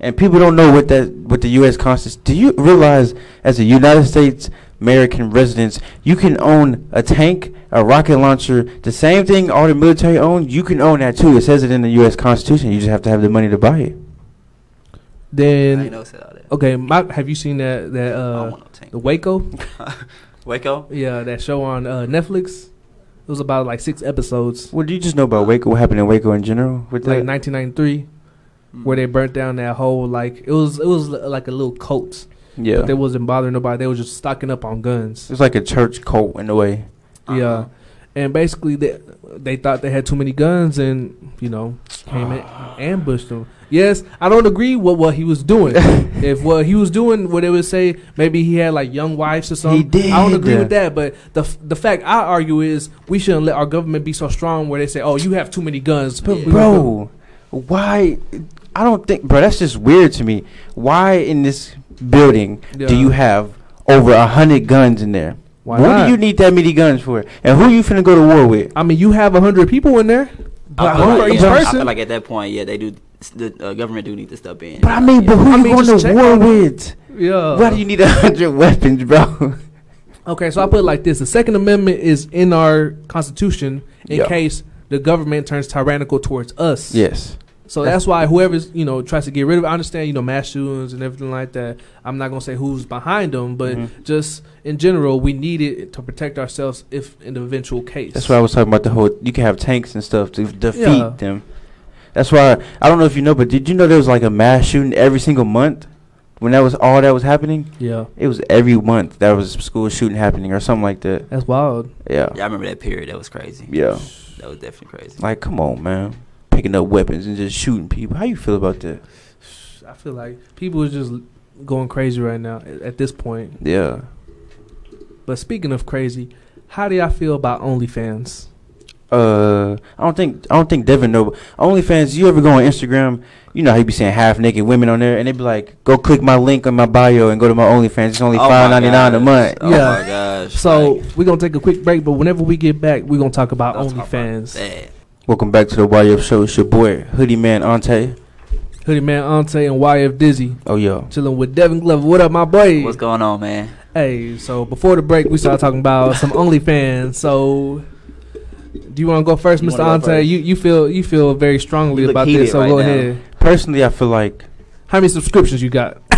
And people don't know what that what the U.S. Constitution. Do you realize, as a United States American residents, you can own a tank, a rocket launcher, the same thing all the military own. You can own that too. It says it in the U.S. Constitution. You just have to have the money to buy it.
I ain't
then
know said all that.
okay, my, have you seen that that
I
uh,
don't want no tank.
the Waco?
Waco.
Yeah, that show on uh, Netflix. It was about like six episodes,
Well, do you just know about Waco? What happened in Waco in general? With
like
that? Mm-hmm.
1993, where they burnt down that whole like it was it was like a little cult.
yeah,
But they wasn't bothering nobody. They was just stocking up on guns.
it's like a church cult in a way.
Mm. Uh-huh.
Yeah. And basically, they they thought they had too many guns, and you know, came and ambushed them. Yes, I don't agree with what he was doing. if what he was doing, what they would say, maybe he had like young wives or something. I don't
did.
agree with that. But the f- the fact I argue is we shouldn't let our government be so strong where they say, "Oh, you have too many guns,
Yeah.
bro why i don't think bro that's just weird to me why in this building do
Yeah.
you have over a hundred guns in there
Why
what
not?
do you need that many guns for and who you finna go to war with
I mean, you have hundred people in there, but
I feel,
one
like,
per each
yeah, I
person.
feel like at that point, yeah, they do. The uh, government do need to step in.
but i mean but who
I
you
mean,
going
just
to
check
war
on- Uh,
with
yeah.
why do you need a hundred weapons bro
Okay, so I put it like this: the Second Amendment is in our Constitution in
Yeah.
case the government turns tyrannical towards us.
yes
So that's why whoever's you know tries to get rid of, I understand you know mass shootings and everything like that. I'm not gonna say who's behind them, but
Mhm.
just in general, we need it to protect ourselves if in the eventual case.
that's why i was talking about the whole you can have tanks and stuff to defeat
Yeah.
them that's why i don't know if you know but did you know there was like a mass shooting every single month when that was all that was happening
Yeah,
It was every month that was a school shooting happening or something like that.
that's wild.
Yeah.
Yeah, I remember that period. That was crazy.
Yeah.
That was definitely crazy.
Like, come on, man. Picking up weapons and just shooting people. How you feel about that?
I feel like people is just going crazy right now at, at this point.
Yeah.
But speaking of crazy, how do y'all feel about OnlyFans?
Uh, I don't think I don't think Devin know. OnlyFans, you ever go on Instagram? You know how you be seeing half naked women on there, and they be like, "Go click my link on my bio and go to my OnlyFans. It's only
Oh my
five ninety nine a
gosh.
month."
Oh
Yeah.
my gosh.
So
like,
we're gonna take a quick break, but whenever we get back, we're gonna talk about
don't talk about
OnlyFans.
that.
Welcome back to the YF Show. It's your boy Hoodie Man Ante.
Hoodie Man Ante and YF Dizzy
Oh yo,
chilling with Devin Glover. What up, my boy?
What's going on, man?
hey, so before the break, we started talking about some OnlyFans. So, do you want to go first,
You
Mr.
wanna
Ante?
go first?
You you feel you feel very strongly
You look
about this,
heated
so
right
go
now.
ahead.
personally, I feel like
How many subscriptions you got?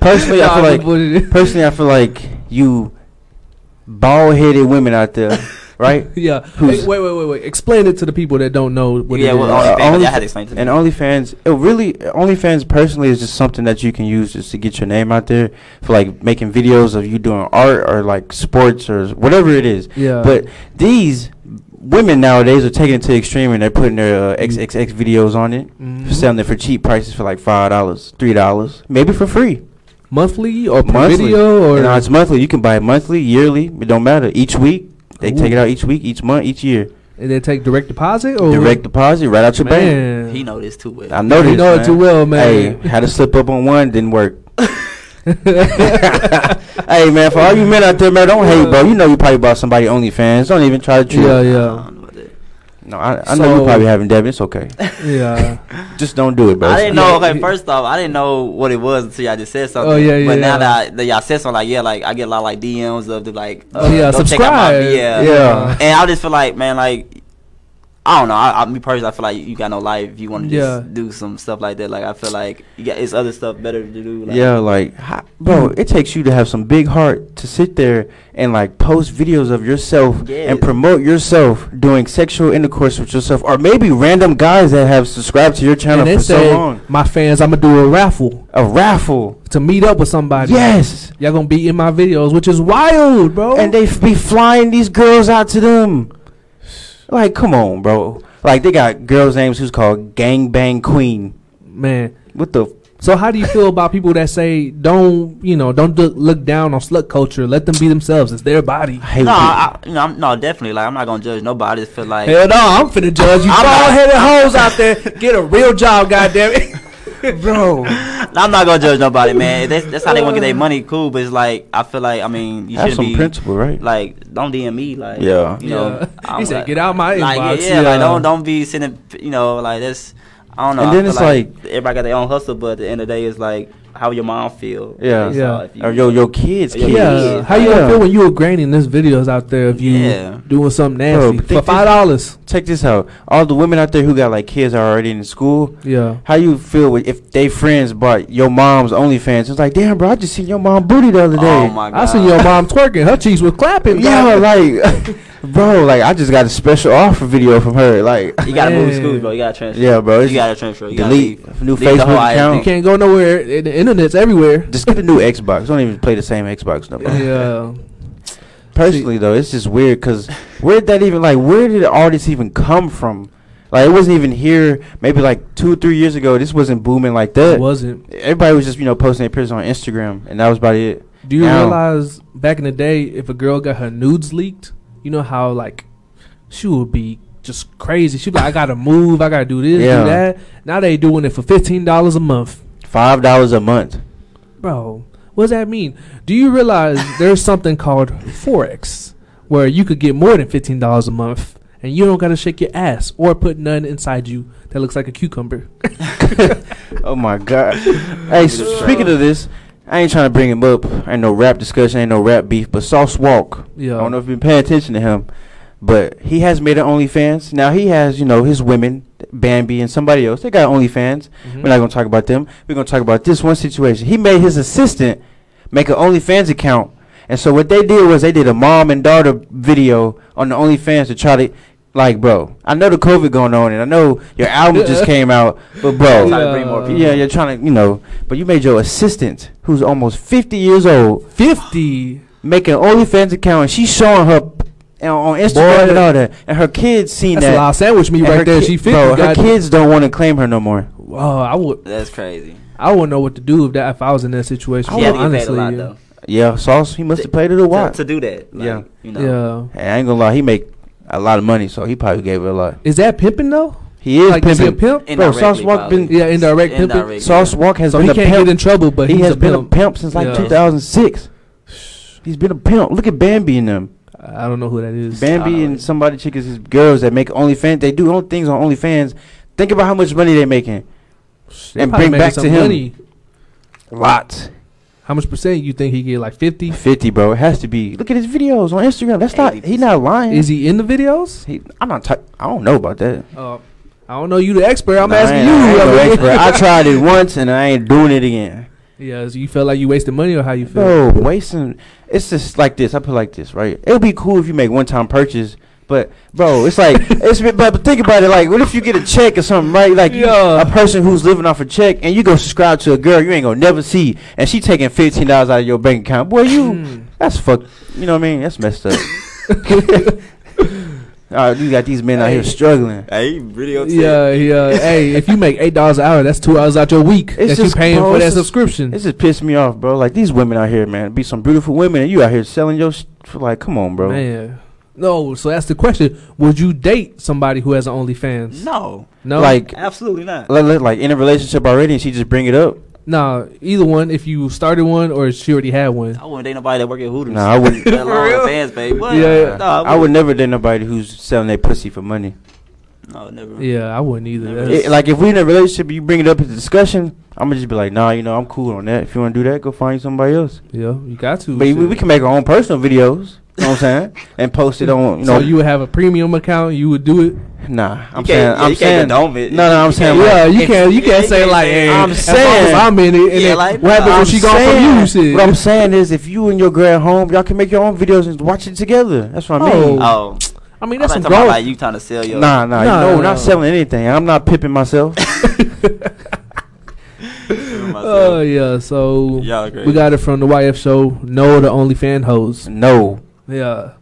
personally, I
Nah,
feel
I'm
like
bullshitting.
personally, I feel like you bald headed women out there, right?
yeah.
Who's-
Hey, wait, wait, wait, wait. Explain it to the people that don't know what
yeah,
it
well,
is.
Uh,
OnlyFans, but
only-
y'all had to explain to me.
And OnlyFans, it really OnlyFans personally is just something that you can use just to get your name out there for like making videos of you doing art or like sports or whatever it is.
yeah.
But these women nowadays are taking it to the extreme and they're putting their uh,
Mm.
XXX videos on it,
Mhm.
selling it for cheap prices for like five dollars, three dollars, maybe for free.
monthly or per
Monthly.
video or
no, it's monthly. You can buy it monthly, yearly. It don't matter. Each week, they take it out each week, each month, each year.
and they take direct deposit or
Direct deposit right out your bank.
Man.
he know this too well.
I know
You
this,
know it
man.
too well, man.
Hey, had to slip up on one, didn't work. hey man, for all you men out there, man, don't hate, bro. You know you probably bought somebody OnlyFans. Don't even try to trip.
Yeah,
I
yeah,
don't know about that.
No, I, I know
So-
you probably haven't, Devin. It's okay.
yeah.
Just don't do it, bro.
I didn't know.
Yeah,
Okay,
yeah.
first off, I didn't know what it was until y'all just said something.
Oh, yeah,
But
yeah.
now that, I, that y'all said something, like yeah, like I get a lot of like DMs of the like.
Oh, yeah,
go check out my-
subscribe.
yeah.
Yeah.
And I just feel like, man, like I don't know. I, I me personally, I feel like you got no life. If you want to
Yeah.
just do some stuff like that, like I feel like you got it's other stuff better to do. Like,
yeah, like, how, bro,
Mm.
it takes you to have some big heart to sit there and like post videos of yourself
Yeah.
and promote yourself doing sexual intercourse with yourself, or maybe random guys that have subscribed to your channel
and they
for
said,
so long.
my fans, I'm gonna do a raffle
A raffle,
to meet up with somebody.
yes,
y'all gonna be in my videos, which is wild, bro.
and they f- be flying these girls out to them. Like, come on, bro. Like, they got girls' names who's called Gang Bang Queen.
man.
What the? F-
So how do you feel about people that say don't you know don't look, look down on slut culture? Let them be themselves. It's their body.
I hate people.
no, I, I- you know, I'm, no, definitely. Like I'm not gonna judge nobody. I feel like
Hell no, I'm finna judge you.
I'm
Bald
not-
headed hoes out there, get a real job, goddammit.
bro.
I'm not gonna judge nobody, man. If That's, that's how they wanna get their money. Cool, but it's like I feel like I mean you
Have
should
some
be
principle, right?
like don't DM me like
Yeah.
you know
Yeah.
I'm
He said,
like-
"Get out my
like,
inbox."
yeah,
Yeah.
like don't don't be sending you know like that's I don't know
And
I
then
feel
it's
everybody got their own hustle but at the end of the day it's like how your mom feel
Yeah.
So
Yeah.
if you-
or yo, yo, kids,
Yeah.
kids.
Yeah, how you gonna
Yeah.
feel when you were grinding this videos out there of you
Yeah.
doing something
Bro,
nasty
but
for
think
five dollars?
Check this out. All the women out there who got like kids are already in school.
Yeah,
How you feel with if they friends bought your mom's OnlyFans? It's like, damn, bro, I just seen your mom booty the other day.
oh my god
I seen your mom twerking. Her cheeks were clapping.
Yeah,
dog.
like, bro, like I just got a special offer video from her. Like,
you gotta move
Man.
schools bro you gotta transfer
yeah, bro,
you
it's-
gotta transfer you
delete
gotta
new
leave the whole
Facebook
ISP.
you
account.
can't go nowhere. I- The internet's everywhere.
Just get a new Xbox. Don't even play the same Xbox no more.
Yeah,
Personally though, it's just weird because where did that even like where did all this even come from? Like it wasn't even here. Maybe like two, three years ago, this wasn't booming like that.
it wasn't.
Everybody was just you know posting their pictures on Instagram, and that was about it.
Do you
Now-
realize back in the day, if a girl got her nudes leaked, you know how like she would be just crazy. She'd be like, "I gotta move. I gotta do this,
Yeah.
do that." Now they doing it for fifteen dollars a month.
Five dollars a month.
Bro, what does that mean? Do you realize there's something called Forex where you could get more than $15 a month and you don't got to shake your ass or put none inside you that looks like a cucumber?
Oh my god. hey, s-
Bro.
speaking of this, I ain't trying to bring him up. Ain't no rap discussion. Ain't no rap beef. But Sauce Walk.
Yeah.
I don't know if you've been paying attention to him, but he has made an OnlyFans. Now he has you know his women, Bambi and somebody else. They got OnlyFans.
Hmm?
We're not gonna talk about them. We're gonna talk about this one situation. He made his assistant make an OnlyFans account, and so what they did was they did a mom and daughter video on the OnlyFans to try to. Like, bro, I know the COVID going on, and I know your album just came out, but bro,
Trying to bring more people.
yeah, you're trying to, you know, but you made your assistant, who's almost 50 years old,
50
make an OnlyFans account, and she's showing her p- and on Instagram
Boy.
and all that, and her kids seen
That's a
that.
lot of sandwich meat
and her
right there.
ki-
She 50.
bro, her
God-
kids don't want to claim her no more.
Wow, I would
that's crazy
I wouldn't know what to do if that if I was in that situation.
you have to get
honestly.
paid a lot
yeah.
though
Yeah, Sauce, he must have played it a
to,
lot.
to do that like,
Yeah.
you know
Yeah.
Hey, I ain't gonna lie, he make a lot of money, so he probably gave it a lot.
Is that pimping though?
He is
like is he a
pimping.
pimp?
Bro, Sauce
Indirectly,
Walk been
probably.
Yeah, indirect pimping.
Indirectly.
Sauce Walk has
So he
been a
can't get in
pimp.
trouble, but
He
he's
has
a
been
pimp.
a pimp since like
Yeah.
2006. He's been a pimp. Look at Bambi and them.
I don't know who that is.
Bambi
Solid.
and somebody chick is his girls that make OnlyFans. They do own things on OnlyFans. Think about how much money they're making.
They
and
probably
bring
making
back to
some
him.
money.
Lots.
How much percent you think he get? Like fifty?
50, bro. It has to be. Look at his videos on Instagram. That's not. He's not lying.
Is he in the videos?
He- I'm not. T- I don't know about that.
Uh, I don't know. You the expert. I'm
Nah, I
asking
ain't-
you.
I, ain't no
brother.
expert. I tried it once and I ain't doing it again.
Yeah, so you felt like you wasted money or how you feel?
Bro, wasting. It's just like this. I put it like this, right? It would be cool if you make one time purchase. But bro, it's like it's but, but think about it. Like, what if you get a check or something, right? Like, you-
Yeah.
a person who's living off a check, and you go subscribe to a girl you ain't gonna never see, and she taking fifteen dollars out of your bank account. Boy, you
Mm.
that's fuck. You know what I mean? That's messed up. All right, you got these men out here
Hey.
struggling.
hey really
Yeah,
uh,
yeah. hey, if you make eight dollars an hour, that's two hours out your week
It's
that you
just-
paying
bro,
for
it's
that
just-
subscription.
This just pissed me off, bro. Like these women out here, man, be some beautiful women, and you out here selling your. Sh- like, come on, bro.
Man, no. So that's the question: Would you date somebody who has an OnlyFans?
no
no.
Like,
absolutely not
like, like- like in a relationship already, and she just bring it up.
no. Either one, if you started one or she already had one.
I wouldn't date nobody that work at Hooters
Nah, I wouldn't.
Let alone
real?
fans pay. What?
Yeah.
Nah,
I would never date nobody who's selling their pussy for money.
No, never.
Yeah, I wouldn't
Never.
either.
It-
That's-
like if we in a relationship, you bring it up in discussion. I'm gonna just be like, nah, you know, I'm cool on that. If you wanna do that, go find you somebody else.
yeah, you got to.
But we,
shit.
we can make our own personal videos. You know what I'm saying? And post it on, you know.
so you would have a premium account. You would do it.
nah, I'm
can't-
saying,
yeah,
I'm
you can't
saying,
condone it.
no, no, I'm
You
saying,
can't-
like,
yeah, you can't. You
yeah,
can't
you
say
can't
like, eh,
say,
hey,
I'm
as long as
saying-
I'm in it, and
Yeah,
then
like,
what happens
I'm
when she gone from you? Shit.
What I'm saying is, if you and your girl at home, y'all can make your own videos and watch it together. That's what I mean.
Oh,
Oh,
I mean,
I'm not
that's some
talking about
grown.
like you trying to sell your.
Nah, nah,
Nah,
you know,
nah,
we're
nah.
not selling anything. I'm not pimping myself.
Oh yeah. So
Y'all agree?
we got it from the YF show. No, the only fan hoes.
no,
Yeah.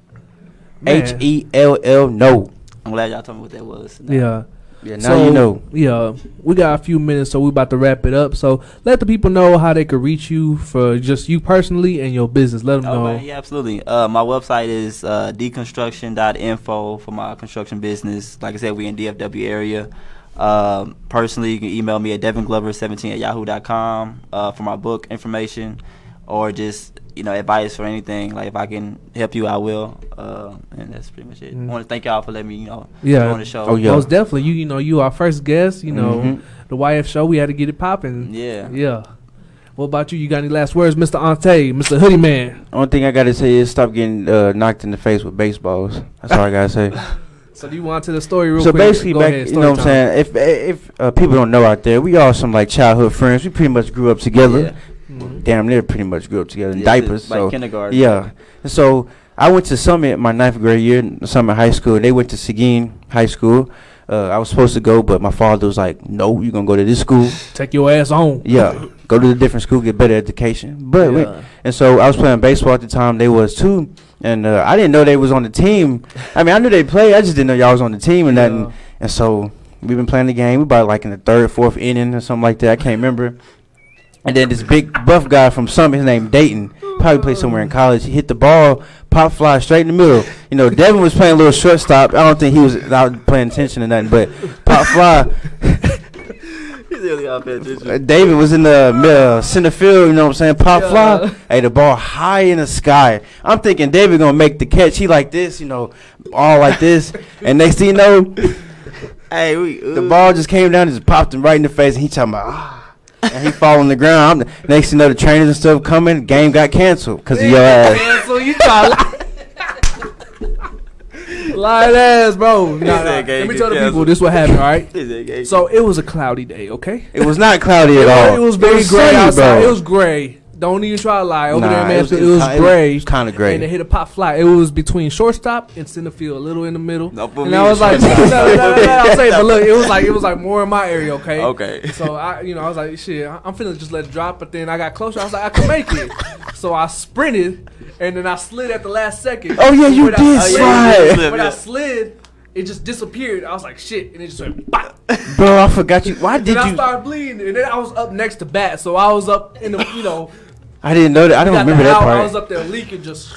Man.
H E L L, no.
I'm glad y'all told me what that was.
Yeah.
Yeah, now you know.
Yeah, we got a few minutes, so we about to wrap it up. So let the people know how they could reach you for just you personally and your business. Let them
Oh,
know.
man, yeah, absolutely. Uh, my website is uh, deconstruction.info for my construction business. Like I said, we in DFW area. Um, personally, you can email me at devonglover17 at yahoo.com uh, for my book information or just, you know, advice for anything. Like, if I can help you, I will. Uh, and that's pretty much it.
Mm.
I want to thank y'all for letting me, you know,
Yeah.
go on the show.
Oh, yeah.
Most definitely, you you know you our first guest. You know
Mhm.
the YF show. We had to get it popping.
Yeah.
Yeah. What about you? You got any last words, Mister Ante, Mister Hoodie Man?
Only thing I gotta say is stop getting uh, knocked in the face with baseballs. That's all I gotta say.
So do you want to the story real
so
quick?
basically,
Go
back,
ahead,
you know what I'm
story
saying? If if uh, people don't know out there, we all some like childhood friends. We pretty much grew up together.
Yeah.
time. Mhm.
Damn near pretty much grew up together in
Yeah,
diapers.
Like
so
kindergarten.
yeah. And so I went to Summit my ninth grade year, Summit High School. They went to Seguin High School. Uh, I was supposed to go, but my father was like, "No, you're gonna go to this school.
Take your ass home.
Yeah, go to a different school, get better education." But we-
Yeah.
and so I was playing baseball at the time. They was too, and uh, I didn't know they was on the team. I mean, I knew they played. I just didn't know y'all was on the team and nothing.
Yeah.
And so we've been playing the game. We about like in the third, fourth inning or something like that. I can't remember. And then this big buff guy from Summit, his name Dayton, probably played somewhere in college. He hit the ball, pop fly straight in the middle. You know, Devin was playing a little shortstop. I don't think he was out paying attention or nothing, but pop fly.
He's really out there, just-
Uh, David was in the mi- uh, center field, you know what I'm saying? Pop
Yeah.
fly. Hey, the ball high in the sky. I'm thinking David gonna make the catch. He like this, you know, all like this. and next thing you know,
Hey, we.
the ball just came down, and just popped him right in the face, and he talking about ah, and he fall on the ground. I'm, next thing you know, the trainers and stuff coming. Game got canceled because of your ass.
so you try to lie. Lying ass, bro. Nah, nah.
said,
Let me
"Get
tell the people
canceled."
this what happened, all right?
Ooh.
So it was a cloudy day, okay?
It was not cloudy at all.
It was very gray
sunny,
outside.
bro.
It was gray. Don't even try to lie. Over
Nah,
there, man, it was,
ki-
gray.
kind of
And they
gray.
hit a pop fly. It was between shortstop and center field, a little in the middle.
No, for
and
me,
I was like, no,
shortstop.
no, no, no, no, I'm saying, but look, it was like it was like more in my area, okay?
Okay.
So I, you know, I was like, shit, I- I'm finna just let it drop. But then I got closer. I was like, I can make it. so I sprinted, and then I slid at the last second.
Oh, yeah, you
When I-
did
oh, yeah,
slide.
yeah, yeah. When I
Yeah.
slid, it just disappeared. I was like, shit, and it just went. Bop.
Bro, I forgot you. Why did
Then I
you?
started bleeding, and then I was up next to bat, so I was up in the, you know,
I didn't know that. I don't
got the
remember that
out, I
part.
was up there leaking, just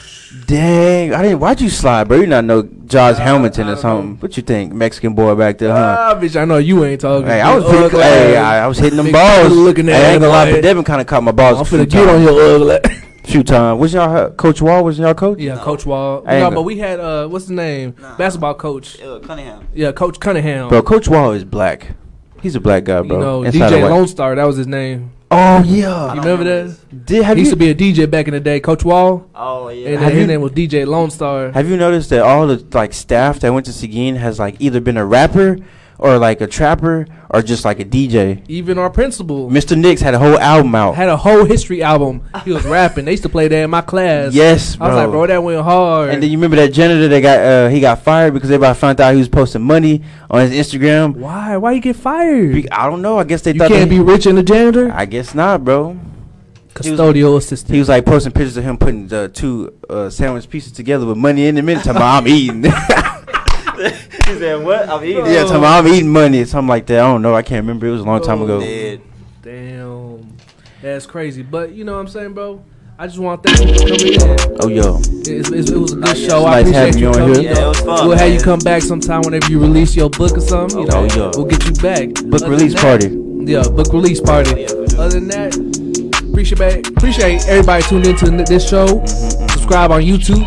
Dang, I didn't. Why'd you slide, bro? You not know Josh
Uh,
Hamilton
I
or
don't
something?
know.
What you think, Mexican boy back there, huh?
ah, bitch. I know you ain't talking.
Uh, hey, I was pretty, cl- hey, I, I was hitting them
Big
balls.
dude looking at
hey, I ain't
him
gonna lie,
like-
but Devin kind of caught my balls.
am
a few
finna get on
times.
your ugly. ass.
Few times. Was y'all her- coach Wall? Was y'all coach?
yeah, Coach Wall.
I ain't
No,
go-
but we had uh, what's his name?
Nah.
Basketball coach.
Uh, Cunningham.
Yeah, Coach Cunningham.
Bro, Coach Wall is black. He's a black guy,
you
bro.
know,
Inside
DJ
of white.
Lone Star. That was his name.
Oh
I
yeah.
You
don't
remember
remember
that?
Did have
He used
you
to be a DJ back in the day, Coach Wall,
Oh, yeah.
and
Have
his
you-
name was DJ Lone Star.
have you noticed that all the like staff that went to Seguin has like either been a rapper or like a trapper or just like a DJ.
Even our principal
Mr. Nix had a whole album out.
had a whole history album. He was rapping. They used to play that in my class.
Yes, bro.
I was like, bro, that went hard.
And then you remember that janitor that got uh, he got fired because everybody found out he was posting money on his Instagram.
why? Why you get fired?
Be- I don't know. I guess they
you
thought
can't
they,
be rich in the janitor.
I guess not, bro.
Custodial assistant.
He was like posting pictures of him putting the two uh, sandwich pieces together with money in them. And talking about I'm eating. yeah,
He said, what? I'm eating.
Oh.
talking about I'm eating money. Something like that. I don't know. I can't remember. It was a long time
Oh,
ago.
Dead.
Damn. That's crazy. But you know what I'm saying, bro? I just want to thank you for coming in.
Oh yo,
It's, it's, it was a good
Oh, yeah.
show. I
Nice
appreciate
having
you
you on
coming.
here.
Yeah, it was fun,
We'll have you
man.
come back sometime whenever you release your book or something. You know,
Oh, yeah.
we'll get you back.
book
Other
release
than
party.
That, yeah, book release party.
Yeah, for sure.
Other than that, appreciate ba- appreciate everybody tuning into n- this show. Subscribe on YouTube.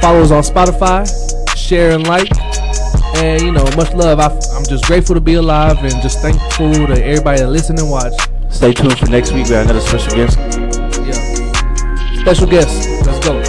Follow us on Spotify. Share and like. And you know, much love. I, I'm just grateful to be alive and just thankful to everybody that listen and watch.
Stay tuned for next week. We got another special guest.
Yeah. Special guest. Let's go. Oh,